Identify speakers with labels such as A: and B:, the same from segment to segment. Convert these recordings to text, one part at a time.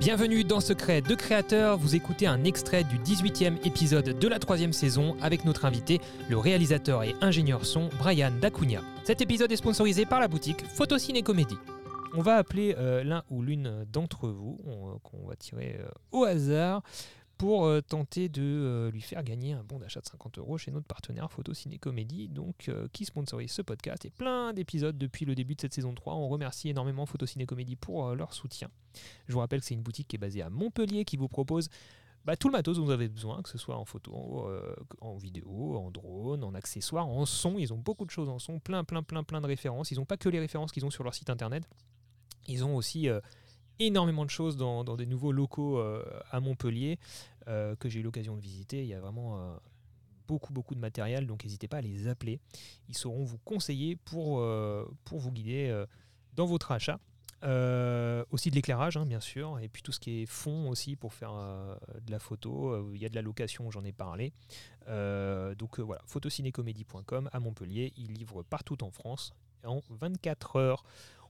A: Bienvenue dans Secret de Créateur, vous écoutez un extrait du 18e épisode de la troisième saison avec notre invité, le réalisateur et ingénieur son Brian Dacunia. Cet épisode est sponsorisé par la boutique Photociné Comédie. On va appeler euh, l'un ou l'une d'entre vous, on, euh, qu'on va tirer euh, au hasard, pour euh, tenter de euh, lui faire gagner un bon d'achat de 50 euros chez notre partenaire Photo Ciné Comédie, donc, euh, qui sponsorise ce podcast et plein d'épisodes depuis le début de cette saison 3. On remercie énormément Photo Ciné Comédie pour euh, leur soutien. Je vous rappelle que c'est une boutique qui est basée à Montpellier qui vous propose bah, tout le matos dont vous avez besoin, que ce soit en photo, euh, en vidéo, en drone, en accessoires, en son. Ils ont beaucoup de choses en son, plein, plein, plein, plein de références. Ils n'ont pas que les références qu'ils ont sur leur site internet. Ils ont aussi euh, énormément de choses dans, dans des nouveaux locaux euh, à Montpellier euh, que j'ai eu l'occasion de visiter. Il y a vraiment euh, beaucoup, beaucoup de matériel, donc n'hésitez pas à les appeler. Ils sauront vous conseiller pour, euh, pour vous guider euh, dans votre achat. Euh, aussi de l'éclairage, hein, bien sûr, et puis tout ce qui est fond aussi pour faire euh, de la photo. Euh, Il y a de la location, j'en ai parlé. Euh, donc euh, voilà, photocinécomédie.com à Montpellier. Ils livrent partout en France en 24 heures.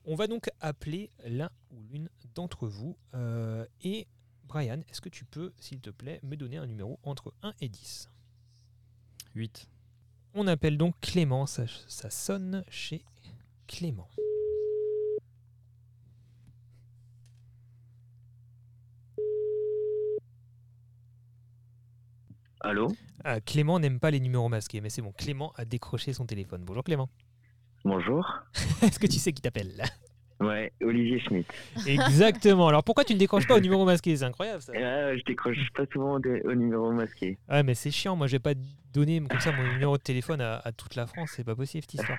A: On va donc appeler l'un ou l'une d'entre vous. Euh, et Brian, est-ce que tu peux, s'il te plaît, me donner un numéro entre 1 et 10
B: 8.
A: On appelle donc Clément, ça, ça sonne chez Clément.
C: Allô
A: Ah, Clément n'aime pas les numéros masqués, mais c'est bon, Clément a décroché son téléphone. Bonjour Clément.
C: Bonjour
A: Est-ce que tu sais qui t'appelle
C: Ouais, Olivier Schmitt.
A: Exactement. Alors pourquoi tu ne décroches pas au numéro masqué C'est incroyable ça.
C: Et là, Ah, je décroche pas souvent des- au numéro masqué.
A: Ouais, mais c'est chiant. Moi, je vais pas donner comme ça mon numéro de téléphone à, à toute la France. C'est pas possible cette histoire.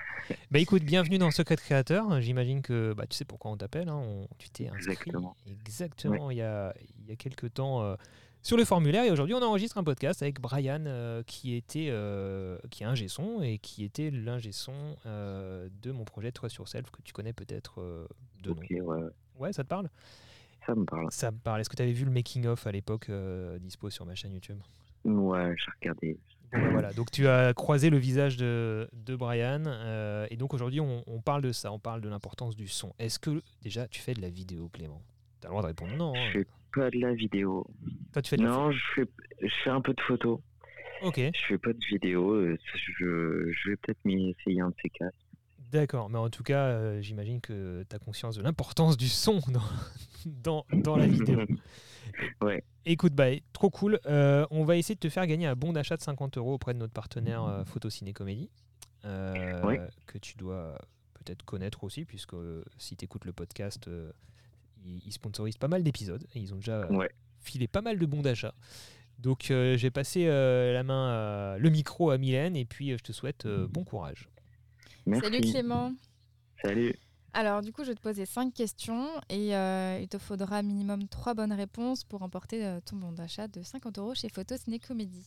A: Bah écoute, bienvenue dans Secret Créateur. J'imagine que bah, tu sais pourquoi on t'appelle. hein. On- tu t'es inscrit
C: Exactement.
A: exactement il, y a, il y a quelques temps euh, sur le formulaire. Et aujourd'hui, on enregistre un podcast avec Brian euh, qui était euh, qui est ingé son et qui était l'ingé son euh, de mon projet Toi sur Self que tu connais peut-être euh, de nom.
C: Ok, ouais, ouais,
A: Ouais, ça te parle
C: ça me parle.
A: Ça me parle. Est-ce que tu avais vu le making of à l'époque euh, dispo sur ma chaîne YouTube
C: Ouais, j'ai regardé.
A: Bon, ben voilà, donc tu as croisé le visage de, de Brian. euh, et donc aujourd'hui, on, on parle de ça, on parle de l'importance du son. Est-ce que déjà tu fais de la vidéo, Clément T'as le droit de répondre non. hein.
C: Je fais pas de la vidéo.
A: Toi, tu fais de la
C: Non, je fais, je fais un peu de photo.
A: photo. Ok,
C: Je fais pas de vidéo. euh, Je, je vais peut-être m'y essayer un de ces quatre.
A: d'accord. Mais en tout cas, euh, j'imagine que tu as conscience de l'importance du son dans, dans, dans la vidéo. Écoute, bah, trop cool. Euh, on va essayer de te faire gagner un bon d'achat de 50 euros auprès de notre partenaire euh, Photo Ciné Comédie, euh,
C: Ouais.
A: que tu dois peut-être connaître aussi, puisque euh, si tu écoutes le podcast, euh, ils, ils sponsorisent pas mal d'épisodes. et Ils ont déjà euh,
C: Ouais.
A: filé pas mal de bons d'achat. Donc, euh, j'ai passé euh, la main, à- le micro à Mylène, et puis euh, je te souhaite euh, bon courage.
C: Merci.
D: Salut Clément.
C: Salut.
D: Alors du coup, je vais te poser cinq questions et euh, il te faudra minimum trois bonnes réponses pour emporter euh, ton bon d'achat de 50 euros chez Photo Ciné Comédie.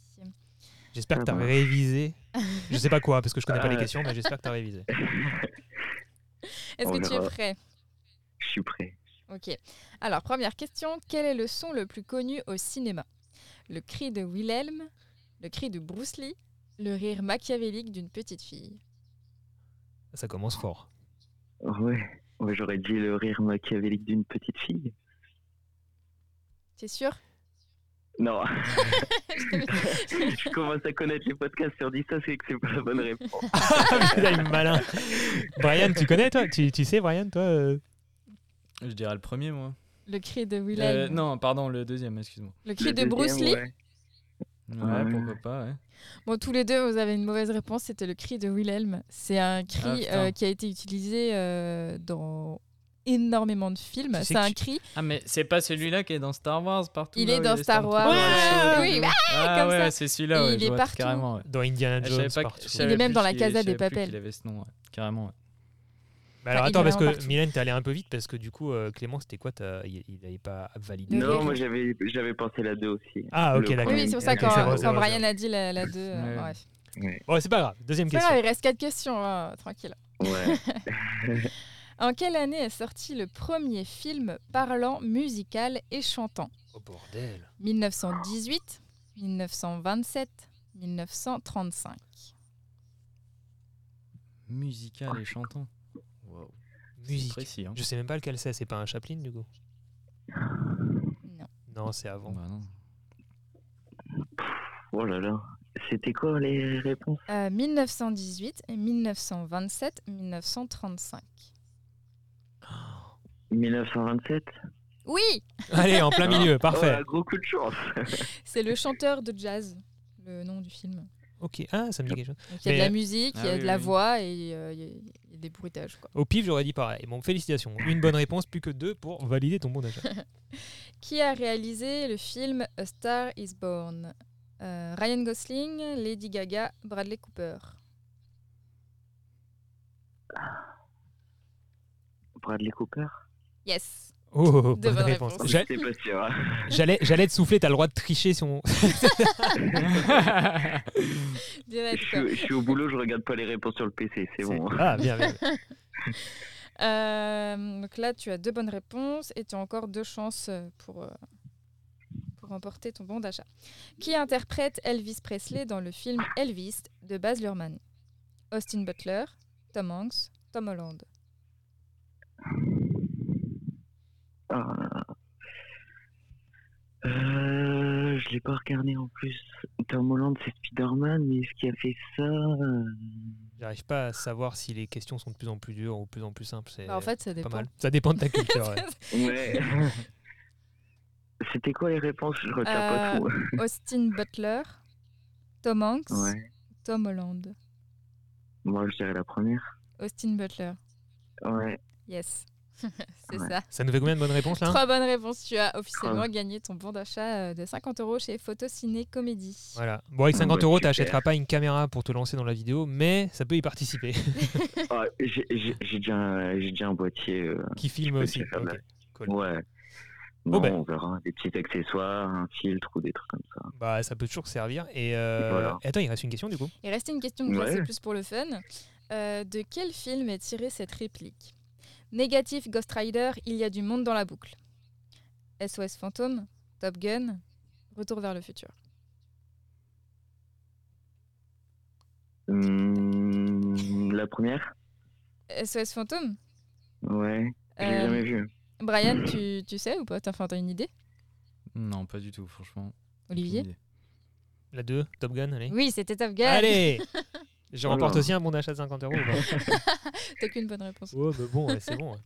A: J'espère que
C: Ah
A: tu as
C: bah.
A: révisé. Je sais pas quoi, parce que je connais pas les
C: Ah.
A: questions, mais j'espère que tu as révisé.
D: Est-ce
C: On
D: que tu es
C: verra.
D: prêt
C: Je suis prêt.
D: Ok. Alors première question, quel est le son le plus connu au cinéma Le cri de Wilhelm, le cri de Bruce Lee, le rire machiavélique d'une petite fille.
A: Ça commence fort.
C: Ouais. Ouais, j'aurais dit le rire machiavélique d'une petite fille.
D: C'est sûr
C: Non,
D: Je t'avais-
C: je commence à connaître les podcasts sur 10, ça c'est que c'est pas la bonne réponse.
A: Ah, putain, il est malin. Brian, tu connais toi tu, tu sais Brian toi euh,
B: Je dirais le premier, moi.
D: Le cri de
B: Euh,
D: Wilhelm.
B: non, pardon, le deuxième, excuse-moi.
D: Le cri
C: Le
D: de Bruce
C: deuxième,
D: Lee.
C: ouais.
B: Ouais,
C: Ouais.
B: pourquoi pas, ouais.
D: Bon, tous les deux, vous avez une mauvaise réponse. C'était le cri de Wilhelm. C'est un
B: Ah,
D: cri
B: putain.
D: euh, qui a été utilisé euh, dans énormément de films.
A: Tu sais
D: C'est
A: que
D: un
A: tu-
D: cri.
B: Ah, mais c'est pas celui-là qui est dans Star Wars partout.
D: Il
B: là,
D: est
B: où
D: dans
B: les
D: Star
B: Stormtroopers,
D: Wars.
B: là,
D: Oui,
B: tout.
D: ouais,
B: Ah,
D: comme
B: ouais,
D: ça.
B: ouais, c'est celui-là, ouais,
D: Il
B: je
D: est
B: vois,
D: partout.
B: carrément. Ouais.
A: dans Indiana
B: Ah, je
A: Jones
B: savais pas que-
A: partout.
B: je savais
D: Il est même
B: plus
D: dans la
B: qu'il-
D: Casa
B: je savais
D: des
B: plus
D: Papel.
B: qu'il avait ce nom, ouais. carrément. ouais.
A: Mais alors
D: Enfin, il
A: attends
D: est
A: parce
D: vraiment
A: que
D: partout.
A: Mylène t'es allé un peu vite parce que du coup euh, Clément c'était quoi t'as- il, il avait pas validé.
D: Le
C: Non,
D: rire.
C: moi j'avais j'avais pensé la 2 aussi.
A: Ah, ok,
C: Le
A: d'accord.
D: Oui,
C: premier.
D: oui, c'est pour ça
A: Ok,
D: quand,
A: c'est vrai,
D: quand
A: c'est vrai, c'est
D: Brian a dit la 2.
B: Ouais.
D: bref.
A: Bon c'est pas grave. Deuxième
D: C'est pas
A: question.
D: grave, il reste 4 questions, hein, tranquille.
C: Ouais.
D: En quelle année est sorti le premier film parlant, musical et chantant
A: Oh bordel.
D: 1918, 1927, 1935.
B: Musical et chantant. Wow, c'est
A: Musique.
B: précis, hein.
A: Je sais même pas lequel c'est. C'est pas un Chaplin du coup. Non, c'est avant.
B: Bah non.
C: Oh là là. C'était quoi les réponses
D: Euh, 1918, 1927, 1935.
C: 1927
D: Oui,
A: Allez, en plein milieu, parfait.
C: Oh, gros coup de chance.
D: c'est le chanteur de jazz, le nom du film.
A: Ok, ah, ça me dit quelque chose.
D: Donc, il y a de
A: Mais-
D: la musique, il
B: Ah
D: y a
B: oui,
D: de la
B: oui.
D: voix et euh, il y, a- il y a des bruitages. Quoi.
A: Au pif, j'aurais dit pareil. Bon, félicitations. Une bonne réponse, plus que deux pour valider ton bon d'achat.
D: Qui a réalisé le film A Star is Born Euh, Ryan Gosling, Lady Gaga, Bradley Cooper.
C: Bradley Cooper
D: Yes.
A: Oh, oh, oh,
D: De
A: bonne
D: bonnes
A: réponse.
D: réponses.
A: J'a-
C: C'est pas sûr. hein.
A: J'allais, j'allais te souffler, t'as le droit de tricher si on.
D: Bien
C: Je
D: être, quoi.
C: suis- je suis au boulot, je regarde pas les réponses sur le PC, c'est bon. hein.
A: Ah, bien, bien. bien.
D: Euh, donc là, tu as deux bonnes réponses et tu as encore deux chances euh, pour, euh, pour remporter ton bon d'achat. Qui interprète Elvis Presley dans le film Elvis de Baz Luhrmann Austin Butler, Tom Hanks, Tom Holland.
C: Ah. Euh, je l'ai pas regardé en plus. Tom Holland, c'est Spider-Man, mais ce qui a fait ça. euh,
A: J'arrive pas à savoir si les questions sont de plus en plus dures ou de plus en plus simples. C'est
D: Bah, en fait, ça
A: pas
D: dépend.
A: mal. Ça dépend de ta culture. ouais.
C: Ouais. C'était quoi les réponses Je retiens pas
D: Euh,
C: trop.
D: Austin Butler, Tom Hanks,
C: Ouais.
D: Tom Holland.
C: Moi, je dirais la première.
D: Austin Butler,
C: Ouais.
D: yes. C'est
C: Ouais.
D: ça.
A: Ça nous fait combien de bonnes réponses là
D: Trois bonnes réponses. Tu as officiellement
C: Trois.
D: gagné ton bon d'achat euh, de 50 euros chez Photociné Comédie.
A: Voilà. Bon, avec 50
C: Ouais,
A: euros,
C: super.
A: t'achèteras pas une caméra pour te lancer dans la vidéo, mais ça peut y participer.
C: Ah, j'ai- j'ai j'ai déjà, un- j'ai déjà un boîtier. euh,
A: Qui filme
C: peux
A: aussi.
C: te faire
A: Ok.
C: mal.
A: Cool.
C: Ouais. Bon,
A: ben.
C: on verra. Des petits accessoires, un filtre ou des trucs comme ça.
A: Bah, ça peut toujours servir. Et euh,
C: Voilà.
A: attends, il reste une question du coup.
D: Il restait une question que là,
C: Ouais.
D: c'est plus pour le fun. Euh, de quel film est tirée cette réplique Négatif Ghost Rider, il y a du monde dans la boucle. SOS Fantôme, Top Gun, Retour vers le futur.
C: Hum, la première
D: SOS Fantôme
C: Ouais. Je l'ai
D: Euh,
C: jamais vu.
D: Brian, tu, tu sais ou pas T'as enfin, t'as une idée
B: non, pas du tout, franchement.
D: Olivier
B: Aucune idée.
A: La 2, Top Gun, allez.
D: Oui, c'était Top Gun
A: Allez Je
C: Oh là.
A: remporte aussi un bon d'achat de 50 euros. ou pas
D: T'as qu'une bonne réponse.
A: Ouais, bah bon, ouais, c'est bon. ouais.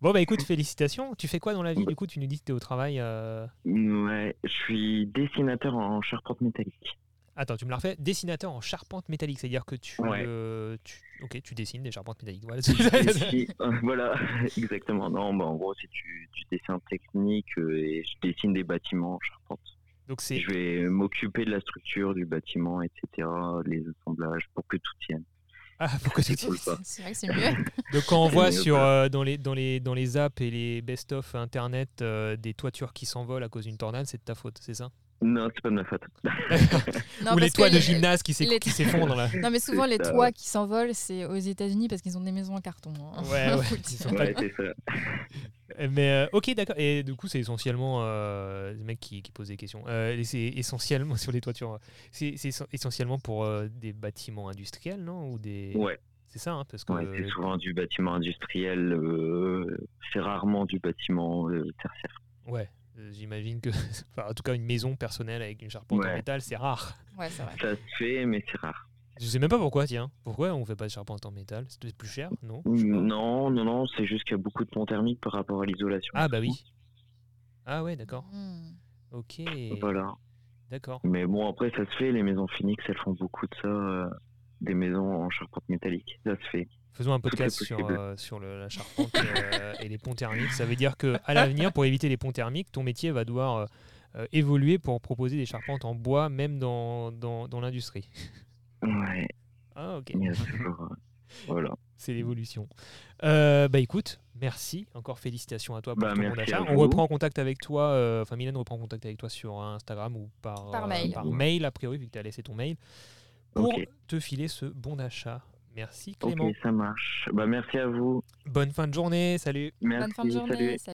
A: Bon, bah écoute, félicitations. Tu fais quoi dans la vie Du coup, tu nous dis que t'es au travail. euh,
C: Ouais, je suis dessinateur en charpente métallique.
A: Attends, tu me la refais Dessinateur en charpente métallique, c'est-à-dire que tu,
C: Ouais.
A: euh, tu- Ok, tu dessines des charpentes métalliques. Voilà.
C: Et si- euh, voilà, exactement. Non, bah, en gros, c'est du, du dessin technique euh, et je dessine des bâtiments en charpente.
A: Donc c'est.
C: Je vais m'occuper de la structure du bâtiment, etc., les assemblages, pour que tout tienne.
A: Ah, pourquoi tu
C: Cool, quoi.
D: C'est vrai que c'est mieux.
A: Donc quand on
C: Et
A: voit
C: euh,
A: sur,
C: voilà.
A: euh, dans, les, dans, les, dans les apps et les best-of internet euh, des toitures qui s'envolent à cause d'une tornade, c'est de ta faute, c'est ça
C: Non, c'est pas de ma faute.
D: Non,
A: Ou les
D: parce que
A: toits de gymnase qui s'é-
D: les-
A: qui s'effondrent là.
D: Non, mais souvent,
C: C'est
D: les
C: ça,
D: toits qui s'envolent, c'est aux États-Unis parce qu'ils ont des maisons en carton. hein.
A: Ouais, ouais,
D: Faut le
A: ils
D: dire.
A: sont pas-
C: Ouais, c'est ça.
A: Mais euh, ok, d'accord. Et du coup, c'est essentiellement euh, les mecs qui, qui posent des questions. Euh, et c'est essentiellement sur les toitures. euh, C'est c'est essen- essentiellement pour euh, des bâtiments industriels, non Ou des.
C: Ouais,
A: C'est ça, hein, parce que.
C: ouais, c'est souvent du bâtiment industriel, euh, c'est rarement du bâtiment euh, tertiaire.
A: Ouais, euh, J'imagine que, enfin, en tout cas, une maison personnelle avec une charpente en
C: Ouais.
A: métal, c'est rare.
D: Ouais, c'est vrai.
C: Ça se fait, mais c'est rare.
A: Je sais même pas pourquoi, tiens. Pourquoi on fait pas de charpente en métal C'est plus cher, non Je sais pas.
C: Non, non, non, c'est juste qu'il y a beaucoup de ponts thermiques par rapport à l'isolation.
A: Ah bah oui. Ah ouais, d'accord.
D: Hmm.
A: Ok.
C: Voilà.
A: D'accord.
C: Mais bon, après, ça se fait. Les maisons Phoenix, elles font beaucoup de ça. euh, des maisons en charpente métallique. Ça se fait.
A: Faisons un
C: Tout est
A: podcast sur,
C: possible.
A: euh, sur le- la charpente et, euh, et les ponts thermiques. Ça veut dire que à l'avenir, pour éviter les ponts thermiques, ton métier va devoir euh, euh, évoluer pour proposer des charpentes en bois, même dans, dans, dans l'industrie.
C: Ouais,
A: Ah ok,
C: il y a toujours, euh, voilà.
A: c'est l'évolution. Euh, bah écoute, merci. Encore félicitations à toi pour
C: Bah,
A: ton bon
C: merci
A: d'achat.
C: à
A: On
C: vous.
A: reprend contact avec toi, euh, enfin Mylène reprend contact avec toi sur Instagram ou par,
D: Par mail.
A: mail, a priori, vu que tu as laissé ton mail, pour
C: Ok.
A: te filer ce bon d'achat. Merci Clément.
C: Ok, ça marche. Bah, merci à vous.
A: Bonne fin de journée, salut
C: Merci.
D: Bonne fin de journée.
C: Salut.
D: salut.